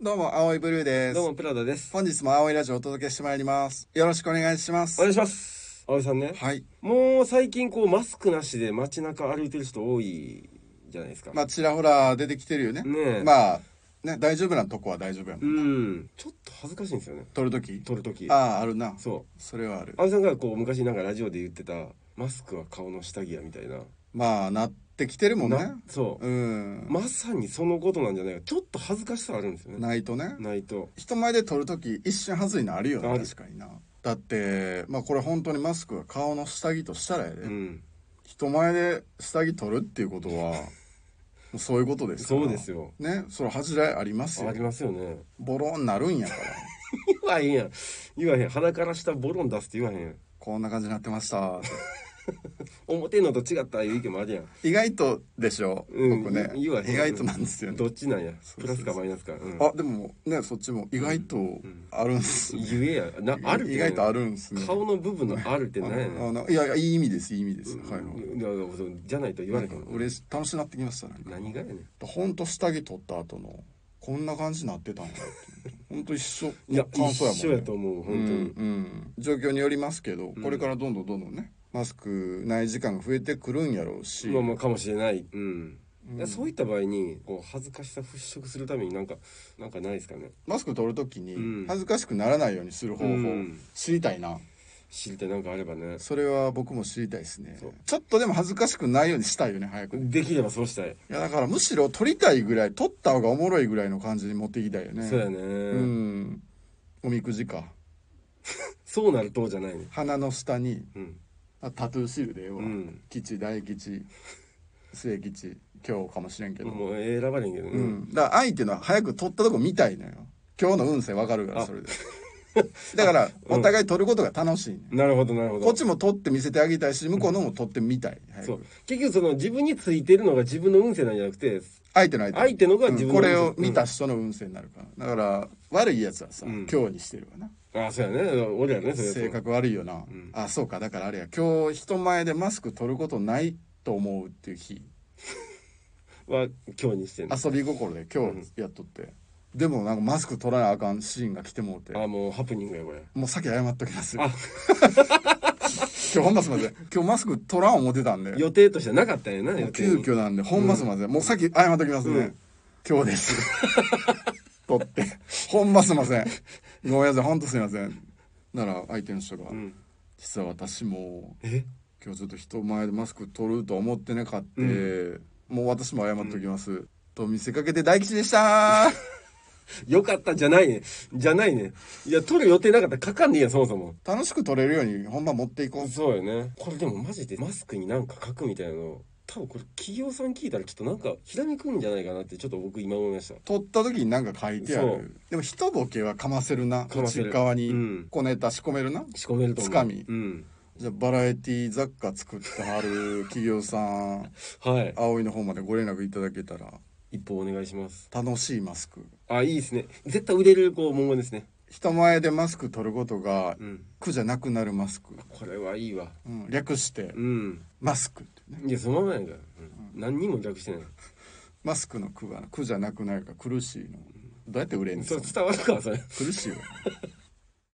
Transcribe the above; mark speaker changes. Speaker 1: どうも、青いブルーです
Speaker 2: どう。も、プラダです。
Speaker 1: 本日も青いラジオをお届けしてまいります。よろしくお願いします。
Speaker 2: お願いします。葵さんね。
Speaker 1: はい。
Speaker 2: もう最近こう、マスクなしで街中歩いてる人多いじゃないですか。
Speaker 1: まあ、ちらほら出てきてるよね。
Speaker 2: ねえ
Speaker 1: まあ、ね、大丈夫なとこは大丈夫やも。
Speaker 2: うんん。ちょっと恥ずかしいんですよね。
Speaker 1: 撮るとき
Speaker 2: 撮るとき。
Speaker 1: ああ、あるな。
Speaker 2: そ
Speaker 1: それはある
Speaker 2: う。。葵さんがこう、昔なんかラジオで言ってた、マスクは顔の下着やみたいな。
Speaker 1: まあ、なってきてるもんね
Speaker 2: な。そう。
Speaker 1: うん。
Speaker 2: まさにそのことなんじゃないか。ちょっと恥ずかしさあるんですよね。
Speaker 1: ないとね。
Speaker 2: ないと。
Speaker 1: 人前で撮るとき、一瞬恥ずいのあるよね。
Speaker 2: ある
Speaker 1: 確かにな。だって、まあ、これ本当にマスクが顔の下着としたらやで。
Speaker 2: うん。
Speaker 1: 人前で下着撮るっていうことは、 もうそういうことですから
Speaker 2: そうですよ。
Speaker 1: ね、それ恥じらいありますよ
Speaker 2: あり。ますよね。
Speaker 1: ボロンなるんやから。
Speaker 2: 言わへんやん。言わへん。鼻から下ボロン出すって言わへんやん。
Speaker 1: こんな感じになってました。
Speaker 2: 表のと違ったいう意見もあるやん。
Speaker 1: 意外とでしょ、
Speaker 2: うん
Speaker 1: 僕ね。
Speaker 2: い言わへん
Speaker 1: 意外となんですよね。
Speaker 2: どっちなんや
Speaker 1: そう
Speaker 2: プ
Speaker 1: そうそう
Speaker 2: ラスかマイナスか、うん、
Speaker 1: あ、でもね、そっちも意外とあるんす、ね
Speaker 2: 言えやなあるって
Speaker 1: 意外とあ
Speaker 2: る
Speaker 1: るんすね。
Speaker 2: 顔の部分のあるってなんやねん
Speaker 1: あのいやいや、いい意味です、いい意味です。はいはい。
Speaker 2: いやいやそうじゃないと言わ
Speaker 1: な
Speaker 2: れ
Speaker 1: ん
Speaker 2: へ
Speaker 1: か
Speaker 2: ん
Speaker 1: 嬉し楽しくなってきましたね。
Speaker 2: 何がやねん
Speaker 1: ほんと下着取った後の、こんな感じになってたんだって。ほんと一緒。
Speaker 2: いや
Speaker 1: 感想やもん、ね。
Speaker 2: 一緒やと思う本当に、
Speaker 1: うんうん状況によりますけど、これからどんどんどんどんねマスクない時間が増えてくるんやろうし、
Speaker 2: まあまあかもしれない、うんそういった場合にこう恥ずかしさ払拭するためになんかなんかないですかね
Speaker 1: マスク取るとき
Speaker 2: う
Speaker 1: に
Speaker 2: ん
Speaker 1: 恥ずかしくならないようにする方法、
Speaker 2: うん
Speaker 1: 知りたいな
Speaker 2: 知りたいなんかあればね
Speaker 1: それは僕も知りたいですね
Speaker 2: そう
Speaker 1: ちょっとでも恥ずかしくないようにしたいよね早くね
Speaker 2: できればそうした
Speaker 1: い
Speaker 2: い、
Speaker 1: やだからむしろ取りたいぐらい取った方がおもろいぐらいの感じに持っていきたいよね
Speaker 2: そうやね、
Speaker 1: うんおみくじか
Speaker 2: そうなるとじゃないね
Speaker 1: 鼻の下に
Speaker 2: うん
Speaker 1: あタトゥーシールでよ、
Speaker 2: うん
Speaker 1: 吉大 吉末吉今日かもしれんけど、
Speaker 2: もう選ばれへんけどね、
Speaker 1: うん、だから相手の早く取ったとこ見たいのよ今日の運勢わかるからそれでだ からお互い取ることが楽しい、ね
Speaker 2: なるほどなるほど
Speaker 1: こっちも取って見せてあげたいし向こうのも取ってみたい早く
Speaker 2: そう結局その自分についてるのが自分の運勢なんじゃなくて
Speaker 1: 相手の相手
Speaker 2: 相手のが自分の
Speaker 1: こ
Speaker 2: 運勢
Speaker 1: れを見た人の運勢になるからだから悪いやつはさ、
Speaker 2: うん
Speaker 1: 今日にしてるわな
Speaker 2: ああそうやね俺やねそれ
Speaker 1: 性格悪いよな、
Speaker 2: ん
Speaker 1: あそうかだからあれや今日人前でマスク取ることないと思うっていう日
Speaker 2: は今日にしてんの
Speaker 1: 遊び心で今日やっとって、でもなんかマスク取らなあかんシーンが来てもうて
Speaker 2: ああもうハプニングやこれ
Speaker 1: もう先謝っときます。今
Speaker 2: あ
Speaker 1: 日ほんますいません。 今日マスク取らん思ってたんで。も
Speaker 2: 予定としてはなかったんやな
Speaker 1: う
Speaker 2: 予定
Speaker 1: 急
Speaker 2: に
Speaker 1: 遽なんで、ほんますいません。もう先謝っときますね。
Speaker 2: うん
Speaker 1: 今日です。 取って。ほんますいません。ごめんなさい。ほんとすいません。なら相手の人が、
Speaker 2: うん
Speaker 1: 実は私も
Speaker 2: え
Speaker 1: 今日ちょっと人前でマスク取ると思ってなかって、もう私も謝っときます。と見せかけて大吉でしたー
Speaker 2: よかったじゃないねじゃないねいや撮る予定なかったらかかんねえやそもそも
Speaker 1: 楽しく取れるようにほんま持っていこう。
Speaker 2: そうよねこれでもマジでマスクになんか書くみたいなの多分これ企業さん聞いたらちょっとなんかひらめくんじゃないかなってちょっと僕今思いました
Speaker 1: 撮った時に何か書いてあ
Speaker 2: そ
Speaker 1: る
Speaker 2: う
Speaker 1: でも一ボケはかませるな
Speaker 2: かませる
Speaker 1: 内側
Speaker 2: う
Speaker 1: に
Speaker 2: ん
Speaker 1: 小ネタ仕込めるな、
Speaker 2: 仕込めると思う
Speaker 1: つかみ
Speaker 2: うん
Speaker 1: じゃあバラエティ雑貨作ってはる企業さん
Speaker 2: はい
Speaker 1: 葵の方までご連絡いただけたら
Speaker 2: 一歩お願いします
Speaker 1: 楽しいマスク
Speaker 2: あいいですね絶対売れるこう文言ですね
Speaker 1: 人前でマスク取ることが
Speaker 2: うん
Speaker 1: 苦じゃなくなるマスク、
Speaker 2: これはいいわ
Speaker 1: うん、略して
Speaker 2: うん
Speaker 1: マスクってね
Speaker 2: いやそのままやんか、うん、何にも逆してない
Speaker 1: マスクの苦は苦じゃなくなるから苦しいのどうやって売れんの
Speaker 2: それ伝わるかそれ
Speaker 1: 苦しいよ